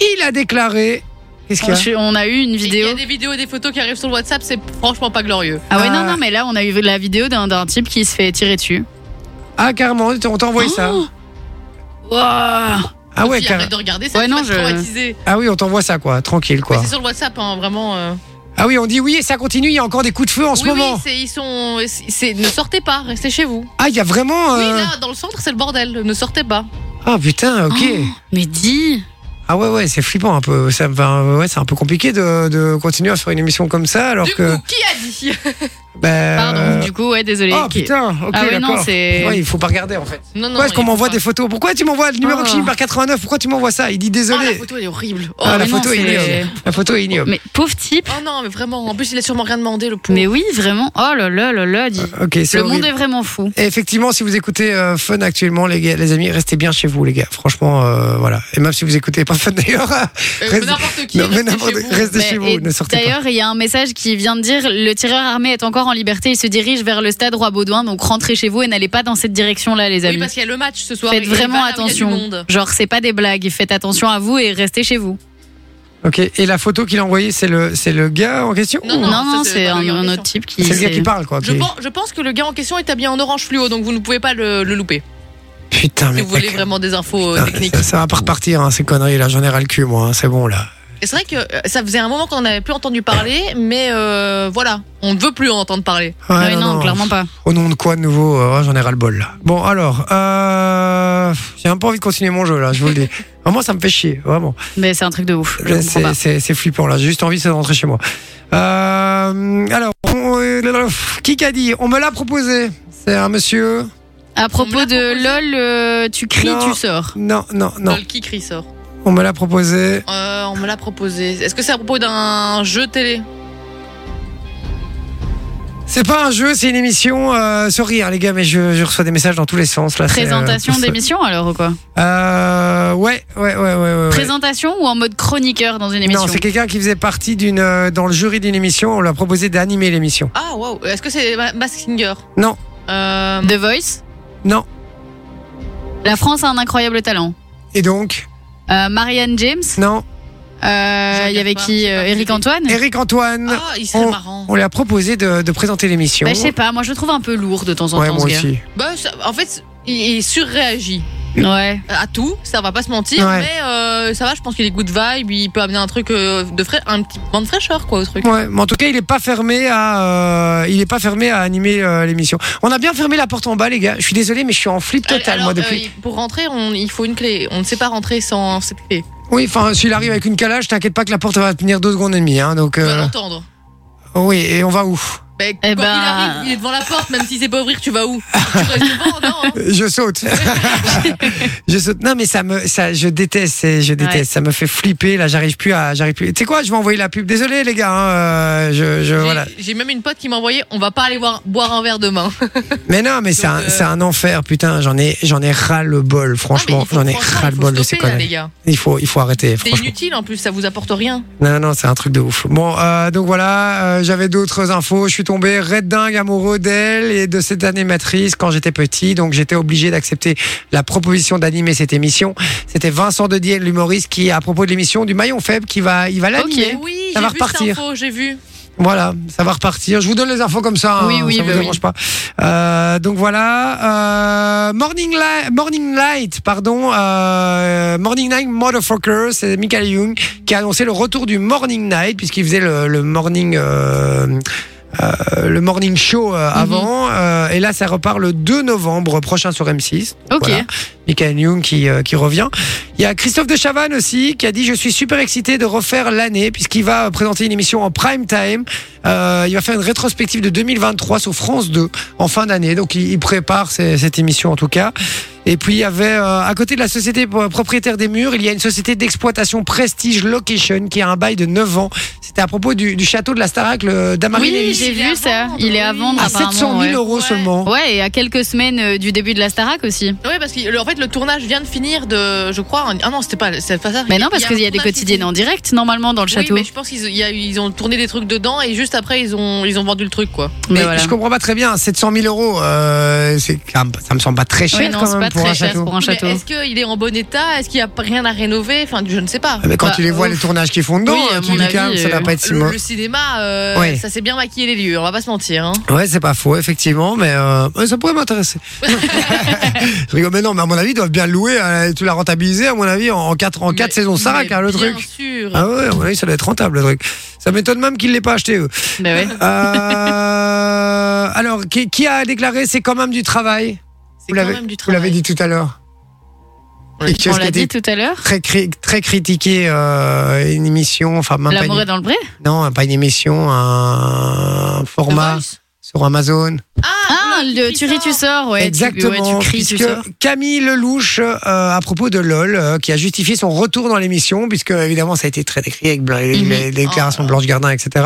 Speaker 2: Il a déclaré. Qu'est-ce qu'il y a
Speaker 4: Je suis- On a eu une
Speaker 3: Il y
Speaker 4: vidéo.
Speaker 3: a des vidéos et des photos qui arrivent sur le WhatsApp, c'est franchement pas glorieux.
Speaker 4: Ah ouais,
Speaker 2: Ah.
Speaker 4: non, non, mais là, on a eu la vidéo d'un d'un type qui se fait tirer dessus.
Speaker 2: Ah, carrément, on t'a envoyé ça.
Speaker 4: Oh Wouah
Speaker 2: Ah ouais,
Speaker 3: Puis,
Speaker 2: carré-
Speaker 3: arrête de regarder ça.
Speaker 4: Ouais,
Speaker 3: tu vas
Speaker 4: non, je-
Speaker 3: te traumatiser.
Speaker 2: ah oui, on t'envoie ça, quoi, tranquille,
Speaker 3: Mais
Speaker 2: quoi.
Speaker 3: c'est sur le WhatsApp, hein, vraiment. euh.
Speaker 2: Ah oui, on dit oui et ça continue, il y a encore des coups de feu en ce
Speaker 3: oui,
Speaker 2: moment.
Speaker 3: oui, c'est- ils sont. c'est- c'est- Ne sortez pas, restez chez vous.
Speaker 2: ah, il y a vraiment.
Speaker 3: Oui,
Speaker 2: euh,
Speaker 3: là, dans le centre, c'est le bordel. Ne sortez pas.
Speaker 2: Ah putain, ok.
Speaker 4: Oh, mais dis
Speaker 2: Ah ouais, ouais, c'est flippant un peu. Ça, me va- ouais, c'est un peu compliqué de, de continuer à faire une émission comme ça alors
Speaker 3: du
Speaker 2: que.
Speaker 3: coup, qui a dit
Speaker 2: bah,
Speaker 4: Pardon,
Speaker 2: euh,
Speaker 4: du coup, ouais, désolé.
Speaker 2: Oh
Speaker 4: Qui-
Speaker 2: putain, ok,
Speaker 4: ah ouais, non,
Speaker 2: d'accord.
Speaker 4: c'est.
Speaker 2: Ouais, il faut pas regarder en fait.
Speaker 3: Non, non.
Speaker 2: Pourquoi est-ce qu'on
Speaker 3: il faut
Speaker 2: m'envoie
Speaker 3: pas.
Speaker 2: des photos Pourquoi tu m'envoies le numéro
Speaker 4: Oh.
Speaker 2: qui finit par 89 Pourquoi tu m'envoies ça Il dit
Speaker 3: Oh, la
Speaker 2: désolé.
Speaker 3: photo, elle est horrible. Oh,
Speaker 2: Ah, la
Speaker 4: mais non,
Speaker 2: photo est
Speaker 4: c'est-
Speaker 2: ignoble. La photo est ignoble.
Speaker 4: Mais pauvre type.
Speaker 3: oh non, mais vraiment. En plus, il a sûrement rien demandé, le pauvre.
Speaker 4: Mais oui, vraiment. Oh là là là là, dis.
Speaker 2: Ok, Euh, c'est
Speaker 4: Le
Speaker 2: horrible.
Speaker 4: monde est vraiment fou.
Speaker 2: Et effectivement, si vous écoutez euh, Fun actuellement, les, gars, les amis, restez bien chez vous, les gars. Franchement, euh, voilà. Et même si vous écoutez pas Fun d'ailleurs,
Speaker 3: Euh,
Speaker 2: Reste-
Speaker 3: N'importe qui.
Speaker 2: non, mais
Speaker 3: restez
Speaker 2: n'importe-
Speaker 3: chez vous.
Speaker 2: restez
Speaker 4: Mais-
Speaker 2: chez vous,
Speaker 4: et
Speaker 2: ne sortez pas.
Speaker 4: D'ailleurs, il y a un message qui vient de dire le tireur armé est encore en liberté, il se dirige vers le stade Roi Baudouin, donc rentrez chez vous et n'allez pas dans cette direction-là, les
Speaker 3: Oui,
Speaker 4: amis.
Speaker 3: parce qu'il y a le match ce soir.
Speaker 4: Faites
Speaker 3: Il y a-
Speaker 4: vraiment
Speaker 3: il y a du
Speaker 4: attention.
Speaker 3: monde.
Speaker 4: Genre, c'est pas des blagues, faites attention à vous et restez chez vous.
Speaker 2: Ok. Et la photo qu'il a envoyée, c'est le, c'est le gars en question
Speaker 3: Non,
Speaker 2: ou-
Speaker 4: Non,
Speaker 3: ça,
Speaker 4: non,
Speaker 3: c'est
Speaker 4: c'est
Speaker 3: pas
Speaker 4: un,
Speaker 3: la
Speaker 4: un
Speaker 3: question.
Speaker 4: autre type qui.
Speaker 2: C'est le gars
Speaker 4: s'est-
Speaker 2: qui parle, quoi.
Speaker 3: Je
Speaker 2: qui-
Speaker 3: pense, je pense que le gars en question est habillé en orange fluo, donc vous ne pouvez pas le, le louper.
Speaker 2: Putain, mais
Speaker 3: Si vous voulez
Speaker 2: mec,
Speaker 3: vraiment des infos euh,
Speaker 2: putain,
Speaker 3: techniques.
Speaker 2: ça, ça va pas repartir, hein, ces conneries là. J'en ai ras le cul, moi. hein, c'est bon là.
Speaker 3: Et c'est vrai que euh, ça faisait un moment qu'on n'avait plus entendu parler, mais euh, voilà, on ne veut plus en entendre parler.
Speaker 2: Ouais,
Speaker 4: Ouais, non, clairement pas.
Speaker 2: Au nom de quoi de nouveau euh, J'en ai ras le bol. là. Bon, alors, euh, j'ai même pas envie de continuer mon jeu là, je vous le dis. Vraiment, ça me fait chier, vraiment.
Speaker 4: Mais c'est un truc de ouf. Je
Speaker 2: Là,
Speaker 4: comprends pas.
Speaker 2: C'est c'est- c'est flippant là, j'ai juste envie c'est de rentrer chez moi. Euh, alors, on- euh, qui qu'a dit On me l'a proposé. C'est un monsieur.
Speaker 4: À
Speaker 3: On me
Speaker 4: propos
Speaker 3: l'a
Speaker 4: de
Speaker 3: proposé.
Speaker 4: LOL, euh, tu cries,
Speaker 2: Non.
Speaker 4: tu sors.
Speaker 2: Non, non, non.
Speaker 3: Lol, Qui crie sort
Speaker 2: On me l'a proposé.
Speaker 3: Euh, On me l'a proposé. Est-ce que c'est à propos d'un jeu télé
Speaker 2: C'est pas un jeu, c'est une émission. Euh, sorry, hein, les gars, mais je, je reçois des messages dans tous les sens là. c'est, euh,
Speaker 4: Présentation
Speaker 2: c'est-
Speaker 4: d'émission alors ou quoi
Speaker 2: Euh, ouais, ouais, ouais, ouais. ouais, ouais.
Speaker 4: Présentation ou en mode chroniqueur dans une émission
Speaker 2: Non, c'est quelqu'un qui faisait partie d'une euh, dans le jury d'une émission. On lui a proposé d'animer l'émission.
Speaker 3: Ah, waouh Est-ce que c'est Ma- Mask Singer
Speaker 2: Non.
Speaker 3: Euh,
Speaker 4: The Voice
Speaker 2: Non.
Speaker 4: La France a un incroyable talent.
Speaker 2: Et donc,
Speaker 4: Euh, Marianne James
Speaker 2: non.
Speaker 4: Euh, Il y avait
Speaker 3: pas,
Speaker 4: qui
Speaker 3: j'ai pas
Speaker 4: euh,
Speaker 3: d'idée.
Speaker 4: Eric Antoine
Speaker 2: Eric Antoine,
Speaker 3: Ah, il serait
Speaker 2: on-
Speaker 3: marrant.
Speaker 2: on lui a proposé de, de présenter l'émission.
Speaker 4: Bah, Je sais pas, moi je le trouve un peu lourd de temps en
Speaker 2: oh. ouais,
Speaker 4: temps
Speaker 2: moi
Speaker 4: ce gars.
Speaker 2: aussi.
Speaker 3: Bah, ça- en fait, il, il surréagit
Speaker 4: Ouais.
Speaker 3: Euh, à tout, ça va pas se mentir,
Speaker 2: Ouais.
Speaker 3: mais euh, ça va, je pense qu'il est good vibe, il peut amener un truc euh, de frais, un petit vent de fraîcheur quoi au truc.
Speaker 2: Ouais, mais en tout cas, il est pas fermé à, euh, il est pas fermé à animer euh, l'émission. On a bien fermé la porte en bas, les gars. Je suis désolé, mais je suis en flip total
Speaker 3: Alors,
Speaker 2: moi depuis.
Speaker 3: euh, pour rentrer, on, il faut une clé. On ne sait pas rentrer sans cette clé.
Speaker 2: Oui, enfin, s'il arrive avec une calage, t'inquiète pas que la porte va tenir deux secondes et demie. Hein, donc,
Speaker 3: On
Speaker 2: euh,
Speaker 3: va l'entendre.
Speaker 2: oui, et on va où
Speaker 3: Bah, quand
Speaker 4: ben-
Speaker 3: il arrive, il est devant la porte, même si c'est pas ouvrir, tu vas où Tu restes devant, non hein
Speaker 2: Je saute. je saute. Non, mais ça me, ça, je déteste, c'est- je déteste.
Speaker 4: Ouais.
Speaker 2: Ça me fait flipper. Là, j'arrive plus à, j'arrive plus. Tu sais quoi, je vais envoyer la pub. Désolé, les gars. hein, euh, je, je,
Speaker 3: J'ai-
Speaker 2: voilà.
Speaker 3: J'ai même une pote qui m'a envoyé, on va pas aller boire, boire un verre demain.
Speaker 2: Mais non, mais c'est
Speaker 3: Donc,
Speaker 2: un,
Speaker 3: euh,
Speaker 2: c'est un enfer, putain. J'en ai, j'en ai ras le bol. Franchement,
Speaker 3: Ah, mais il faut-
Speaker 2: j'en ai
Speaker 3: franchement,
Speaker 2: ras le
Speaker 3: il faut
Speaker 2: bol de ces
Speaker 3: stopper, là,
Speaker 2: conneries.
Speaker 3: les gars.
Speaker 2: Il faut, il faut arrêter.
Speaker 3: C'est
Speaker 2: Franchement.
Speaker 3: inutile en plus, ça vous apporte rien.
Speaker 2: Non, non, c'est un truc de ouf. Bon, euh, donc voilà, euh, j'avais d'autres infos. Je suis tombé red dingue amoureux d'elle et de cette animatrice quand j'étais petit. Donc j'étais obligé d'accepter la proposition d'animer cette émission. C'était Vincent Dedier, l'humoriste, qui, à propos de l'émission du Maillon Faible, qui va, il va l'animer.
Speaker 3: Ok, oui,
Speaker 2: Ça va
Speaker 3: j'ai vu
Speaker 2: repartir.
Speaker 3: cette info, j'ai vu.
Speaker 2: Voilà, ça va repartir. Je vous donne les infos comme ça.
Speaker 4: Oui,
Speaker 2: hein,
Speaker 4: oui,
Speaker 2: ça vous
Speaker 4: bah oui.
Speaker 2: dérange pas. Euh, donc voilà, euh, Morning Light, Morning Light, pardon, euh, Morning Night Motherfucker, c'est Michael Young qui a annoncé le retour du Morning Night puisqu'il faisait le, le morning. euh, euh, le morning show euh,
Speaker 4: Mhm.
Speaker 2: avant euh, et là ça repart le 2 novembre prochain sur M6
Speaker 4: Ok.
Speaker 2: voilà. Michael Young qui, euh, qui revient. Il y a Christophe de Chavannes aussi qui a dit Je suis super excité de refaire l'année, puisqu'il va euh, présenter une émission en prime time. Euh, il va faire une rétrospective de 2023 sur France 2 en fin d'année. Donc il, il prépare ces- cette émission en tout cas. Et puis il y avait, euh, à côté de la société pro- propriétaire des murs, il y a une société d'exploitation Prestige Location qui a un bail de 9 ans. C'était à propos du, du château de la Starac, le
Speaker 4: Oui,
Speaker 2: d'Amarie Lévy.
Speaker 4: j'ai
Speaker 3: il est
Speaker 4: vu
Speaker 3: à
Speaker 4: ça.
Speaker 3: vendre,
Speaker 4: il est à
Speaker 3: oui.
Speaker 4: vendre
Speaker 2: À
Speaker 4: apparemment,
Speaker 2: 700 000
Speaker 4: Ah, ouais. Oh,
Speaker 2: euros
Speaker 3: Ouais.
Speaker 2: seulement.
Speaker 4: Ouais, et à quelques semaines euh, du début de la Starac aussi.
Speaker 3: Oui, parce que le- en fait, le tournage vient de finir de, je crois. un- Ah non, c'était pas, c'est pas ça.
Speaker 4: Mais non, parce
Speaker 3: un
Speaker 4: qu'il y a des
Speaker 3: tournage qui
Speaker 4: quotidiennes en
Speaker 3: finit.
Speaker 4: direct normalement dans le
Speaker 3: Oui,
Speaker 4: château.
Speaker 3: mais je pense qu'ils il y a- ils ont tourné des trucs dedans et juste après ils ont ils ont vendu le truc quoi.
Speaker 4: Mais
Speaker 2: Mais
Speaker 4: voilà.
Speaker 2: je comprends pas très bien, 700 000 euros, euh, c'est quand même- ça me semble pas très cher
Speaker 4: Ouais, non,
Speaker 2: quand
Speaker 4: c'est
Speaker 2: même
Speaker 4: pas
Speaker 2: pour
Speaker 4: très
Speaker 2: un
Speaker 4: cher
Speaker 2: château.
Speaker 4: pour un
Speaker 3: Oui,
Speaker 4: château.
Speaker 3: Mais est-ce qu'il est en bon état Est-ce qu'il n'y a pas- rien à rénover Enfin, je ne sais pas.
Speaker 2: Ah, Mais quand
Speaker 4: Bah,
Speaker 2: tu les vois,
Speaker 4: ouf.
Speaker 2: les tournages qu'ils font dedans,
Speaker 4: Oui, à
Speaker 2: hein, tu
Speaker 4: mon
Speaker 2: dis
Speaker 4: avis,
Speaker 2: quand même, ça
Speaker 4: euh,
Speaker 2: doit pas être si
Speaker 3: Le,
Speaker 2: mauvais.
Speaker 3: le cinéma, euh,
Speaker 2: Ouais.
Speaker 3: ça s'est bien maquillé les lieux, on va pas se mentir. Hein.
Speaker 2: Ouais, c'est pas faux, effectivement, mais euh, ouais, ça pourrait m'intéresser. Je rigole, mais non, mais à mon avis, ils doivent bien le louer, euh, tu l'as rentabilisé, à mon avis, en 4 en quatre
Speaker 3: Mais-
Speaker 2: saisons Sarac,
Speaker 3: mais
Speaker 2: hein, le
Speaker 3: bien
Speaker 2: truc.
Speaker 3: sûr.
Speaker 2: Ah ouais, à mon avis, ça doit être rentable, le truc. Ça m'étonne même qu'ils l'aient pas acheté, eux.
Speaker 4: Bah ouais.
Speaker 2: Euh, alors, qui, qui a déclaré c'est quand même du travail
Speaker 3: C'est
Speaker 2: Vous
Speaker 3: quand
Speaker 2: l'avez
Speaker 3: même du
Speaker 2: vous l'avez
Speaker 3: travail.
Speaker 2: dit tout à l'heure.
Speaker 3: On l'a dit-
Speaker 2: Qu'est-ce
Speaker 4: On
Speaker 2: qui a
Speaker 4: l'a
Speaker 2: été
Speaker 4: dit tout à l'heure.
Speaker 2: très, cri- très critiqué euh, une émission, enfin même pas
Speaker 4: L'amour
Speaker 2: une,
Speaker 4: est dans le vrai
Speaker 2: non, pas une émission, un
Speaker 3: The
Speaker 2: format
Speaker 3: Voice
Speaker 2: sur Amazon.
Speaker 4: Ah, le tu ris, tu sors, ouais. tu- ouais,
Speaker 2: Exactement,
Speaker 4: Tu, cries, tu
Speaker 2: puisque
Speaker 4: sors.
Speaker 2: Camille Lelouch, euh, à propos de LOL, euh, qui a justifié son retour dans l'émission, puisque évidemment ça a été très décrit avec Bla-
Speaker 4: Mhm.
Speaker 2: les déclarations de Blanche Gardin, etc.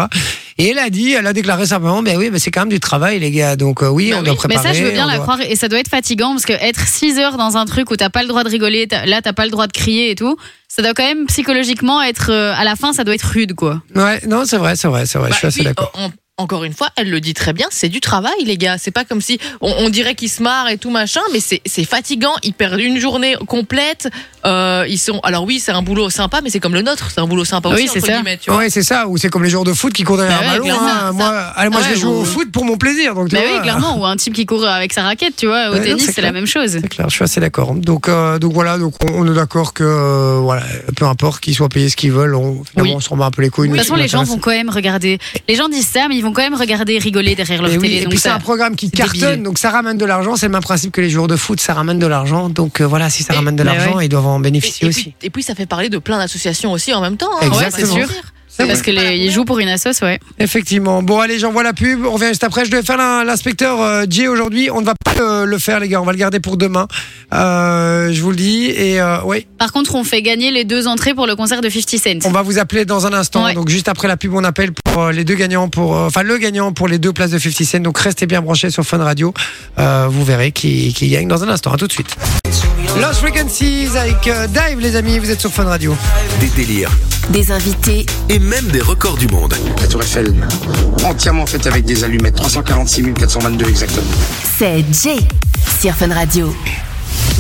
Speaker 2: Et elle a dit, elle a déclaré simplement, ben oui, mais c'est quand même du travail, les gars, donc euh, oui,
Speaker 4: Bah
Speaker 2: on
Speaker 4: oui,
Speaker 2: doit préparer.
Speaker 4: mais ça, je veux bien
Speaker 2: on
Speaker 4: la
Speaker 2: doit-
Speaker 4: croire. Et ça doit être fatigant parce que être 6 heures dans un truc où t'as pas le droit de rigoler, t'as- là t'as pas le droit de crier et tout, ça doit quand même psychologiquement être. euh, à la fin, ça doit être rude, quoi.
Speaker 2: Ouais, non, c'est vrai, c'est vrai, c'est vrai,
Speaker 3: Bah,
Speaker 2: je suis
Speaker 3: et
Speaker 2: assez
Speaker 3: puis,
Speaker 2: d'accord.
Speaker 3: euh, en- encore une fois, elle le dit très bien, c'est du travail, les gars. C'est pas comme si on, on dirait qu'ils se marrent et tout machin, mais c'est c'est fatigant. Ils perdent une journée complète. Euh, ils sont. Alors oui, c'est un boulot sympa, mais c'est comme le nôtre, c'est un boulot sympa
Speaker 4: Oui,
Speaker 3: aussi.
Speaker 4: c'est
Speaker 3: entre
Speaker 4: ça.
Speaker 3: guillemets, tu vois.
Speaker 2: Ouais, c'est ça, ou c'est comme les joueurs de foot qui courent derrière
Speaker 4: Bah
Speaker 2: un
Speaker 4: ouais,
Speaker 2: ballon.
Speaker 4: clairement,
Speaker 2: hein.
Speaker 4: ça.
Speaker 2: Moi, allez, moi
Speaker 3: Ah
Speaker 2: je vais
Speaker 3: ouais,
Speaker 2: jouer au
Speaker 3: ou-
Speaker 2: foot pour mon plaisir. Donc, tu
Speaker 4: Mais
Speaker 2: vois,
Speaker 4: Bah
Speaker 2: euh,
Speaker 4: oui, clairement, ou un type qui court avec sa raquette, tu vois, au
Speaker 2: Ouais, non,
Speaker 4: tennis,
Speaker 2: c'est
Speaker 4: c'est la
Speaker 2: clair.
Speaker 4: même chose.
Speaker 2: euh, C'est clair, je suis assez d'accord. Donc, euh, donc voilà, donc on, on est d'accord que euh, voilà, peu importe qu'ils soient payés ce qu'ils veulent, on, finalement,
Speaker 4: Oui.
Speaker 2: on s'en bat un peu les couilles.
Speaker 4: De
Speaker 2: nous,
Speaker 4: toute
Speaker 2: ce
Speaker 4: façon,
Speaker 2: qui
Speaker 4: les gens
Speaker 2: m'intéresse.
Speaker 4: vont quand même regarder. Les gens disent ça, mais ils vont quand même regarder et rigoler derrière leur
Speaker 2: Et, oui,
Speaker 4: télé.
Speaker 2: et
Speaker 4: donc
Speaker 2: puis c'est
Speaker 4: ça-
Speaker 2: un programme qui
Speaker 4: c'est
Speaker 2: cartonne,
Speaker 4: débile.
Speaker 2: donc ça ramène de l'argent. C'est le même principe que les joueurs de foot, ça ramène de l'argent. Donc euh, voilà, si ça
Speaker 3: Et-
Speaker 2: ramène de
Speaker 4: bah
Speaker 2: l'argent, ils doivent en bénéficier
Speaker 3: et, et
Speaker 2: aussi.
Speaker 3: puis, et puis, ça fait parler de plein d'associations aussi en même temps. hein.
Speaker 2: Exactement.
Speaker 3: Ouais, c'est sûr.
Speaker 2: C'est
Speaker 4: Parce
Speaker 2: vrai.
Speaker 4: qu'ils jouent pour une assoce, ouais.
Speaker 2: Effectivement. Bon, allez, j'envoie la pub. On revient juste après. Je devais faire l'in- l'inspecteur euh, Jay aujourd'hui. On ne va pas euh, le faire, les gars. On va le garder pour demain. Euh, je vous le dis. Et euh, oui,
Speaker 4: Par contre, on fait gagner les deux entrées pour le concert de 50 Cent.
Speaker 2: on va vous appeler dans un instant.
Speaker 4: Ouais.
Speaker 2: Donc, juste après la pub, on appelle pour euh, les deux gagnants, pour, euh, enfin, le gagnant pour les deux places de 50 Cent. Donc, restez bien branchés sur Fun Radio. Euh, vous verrez qui, qui gagne dans un instant. À tout de suite. Lost Frequencies avec euh, Dive, les amis. Vous êtes sur Fun Radio.
Speaker 6: des délires
Speaker 1: Des invités,
Speaker 6: et même des records du monde.
Speaker 7: La tour Eiffel, entièrement faite avec des allumettes, 346 422 exactement.
Speaker 1: c'est Jay sur Fun Radio.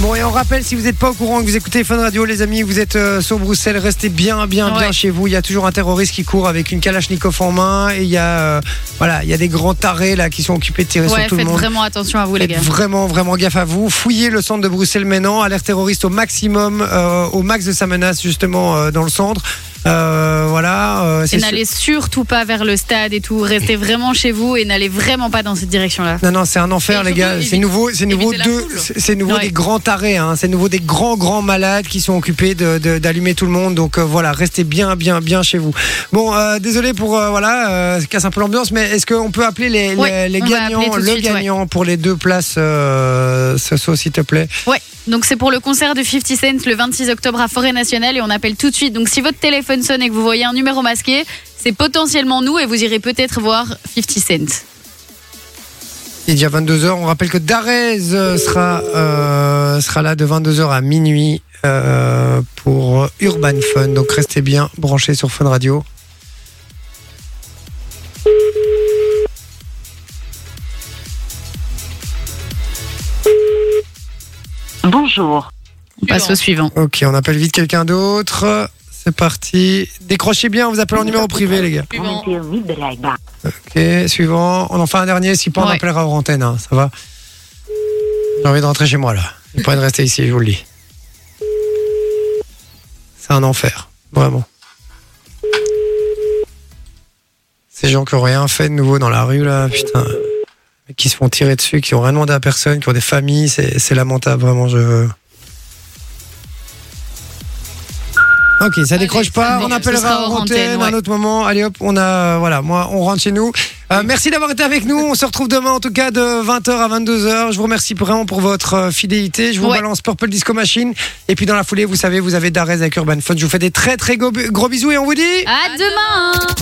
Speaker 2: Bon et on rappelle si vous n'êtes pas au courant que vous écoutez Fun Radio les amis, vous êtes euh, sur Bruxelles, restez bien bien bien
Speaker 4: Ouais.
Speaker 2: chez vous. Il y a toujours un terroriste qui court avec une Kalachnikov en main et il y a euh, voilà il y a des grands tarés là qui sont occupés de tirer
Speaker 4: Ouais,
Speaker 2: sur tout le
Speaker 4: faites
Speaker 2: monde.
Speaker 4: vraiment attention à vous, les
Speaker 2: Faites
Speaker 4: gars.
Speaker 2: vraiment, vraiment gaffe à vous. Fouillez le centre de Bruxelles maintenant. Alerte terroriste au maximum, euh, au max de sa menace, justement, euh, dans le centre. Euh, voilà. euh,
Speaker 4: Et
Speaker 2: c'est sûr-
Speaker 4: n'allez surtout pas vers le stade et tout. Restez vraiment chez vous et n'allez vraiment pas dans cette direction-là.
Speaker 2: Non, non, c'est un enfer,
Speaker 3: Et
Speaker 2: les
Speaker 3: surtout,
Speaker 2: gars. C'est
Speaker 3: évite-
Speaker 2: nouveau, c'est nouveau,
Speaker 3: évitez la
Speaker 2: deux,
Speaker 3: foule.
Speaker 2: c'est c'est nouveau
Speaker 4: Ouais.
Speaker 2: des grands tarés. Hein. C'est nouveau des grands, grands malades qui sont occupés de- de- d'allumer tout le monde. Donc euh, voilà, restez bien, bien, bien chez vous. Bon, euh, désolé pour euh, voilà, euh, ça casse un peu l'ambiance, mais est-ce qu'on peut appeler les, les-
Speaker 4: Ouais,
Speaker 2: les
Speaker 4: on va appeler
Speaker 2: gagnants,
Speaker 4: tout
Speaker 2: le
Speaker 4: de suite, ouais.
Speaker 2: gagnant pour les deux places, euh, Soso, s'il te plaît.
Speaker 4: Ouais, donc c'est pour le concert de 50 Cent le 26 octobre à Forêt Nationale et on appelle tout de suite. Donc si votre téléphone sonne et que vous voyez un numéro masqué, c'est potentiellement nous et vous irez peut-être voir 50 Cent.
Speaker 2: Il est déjà 22h. On rappelle que Darez euh, sera, euh, sera là de 22h à minuit euh, pour Urban Fun. Donc restez bien branchés sur Fun Radio.
Speaker 4: On passe au suivant.
Speaker 2: Ok, on appelle vite quelqu'un d'autre. C'est parti. Décrochez bien, on vous appelle en numéro privé, les gars.
Speaker 3: Suivant.
Speaker 2: Ok, suivant. On en fait un dernier. Si pas, on
Speaker 4: Ouais.
Speaker 2: appellera hors antenne. hein, ça va J'ai envie de rentrer chez moi, là. J'ai pas envie de rester ici, je vous le dis. C'est un enfer. Vraiment. Ces gens qui ont rien fait de nouveau dans la rue, là, putain. Mais Qui se font tirer dessus, qui ont rien demandé à personne, qui ont des familles, c'est c'est lamentable, vraiment. Je. Ok, ça
Speaker 4: Allez,
Speaker 2: décroche
Speaker 4: ça
Speaker 2: pas,
Speaker 4: dé-
Speaker 2: on
Speaker 4: ce
Speaker 2: appellera
Speaker 4: sera
Speaker 2: en
Speaker 4: hors
Speaker 2: antenne
Speaker 4: antenne,
Speaker 2: à un
Speaker 4: ouais.
Speaker 2: autre moment. Allez hop, on a. Voilà, moi, on rentre chez nous. Euh, merci d'avoir été avec nous. On se retrouve demain, en tout cas, de 20h à 22h. Je vous remercie vraiment pour votre euh, fidélité. Je vous
Speaker 4: Ouais.
Speaker 2: balance Purple Disco Machine. Et puis, dans la foulée, vous savez, vous avez Darez avec Urban Fun. Je vous fais des très, très go- gros bisous et on vous dit.
Speaker 4: À, demain.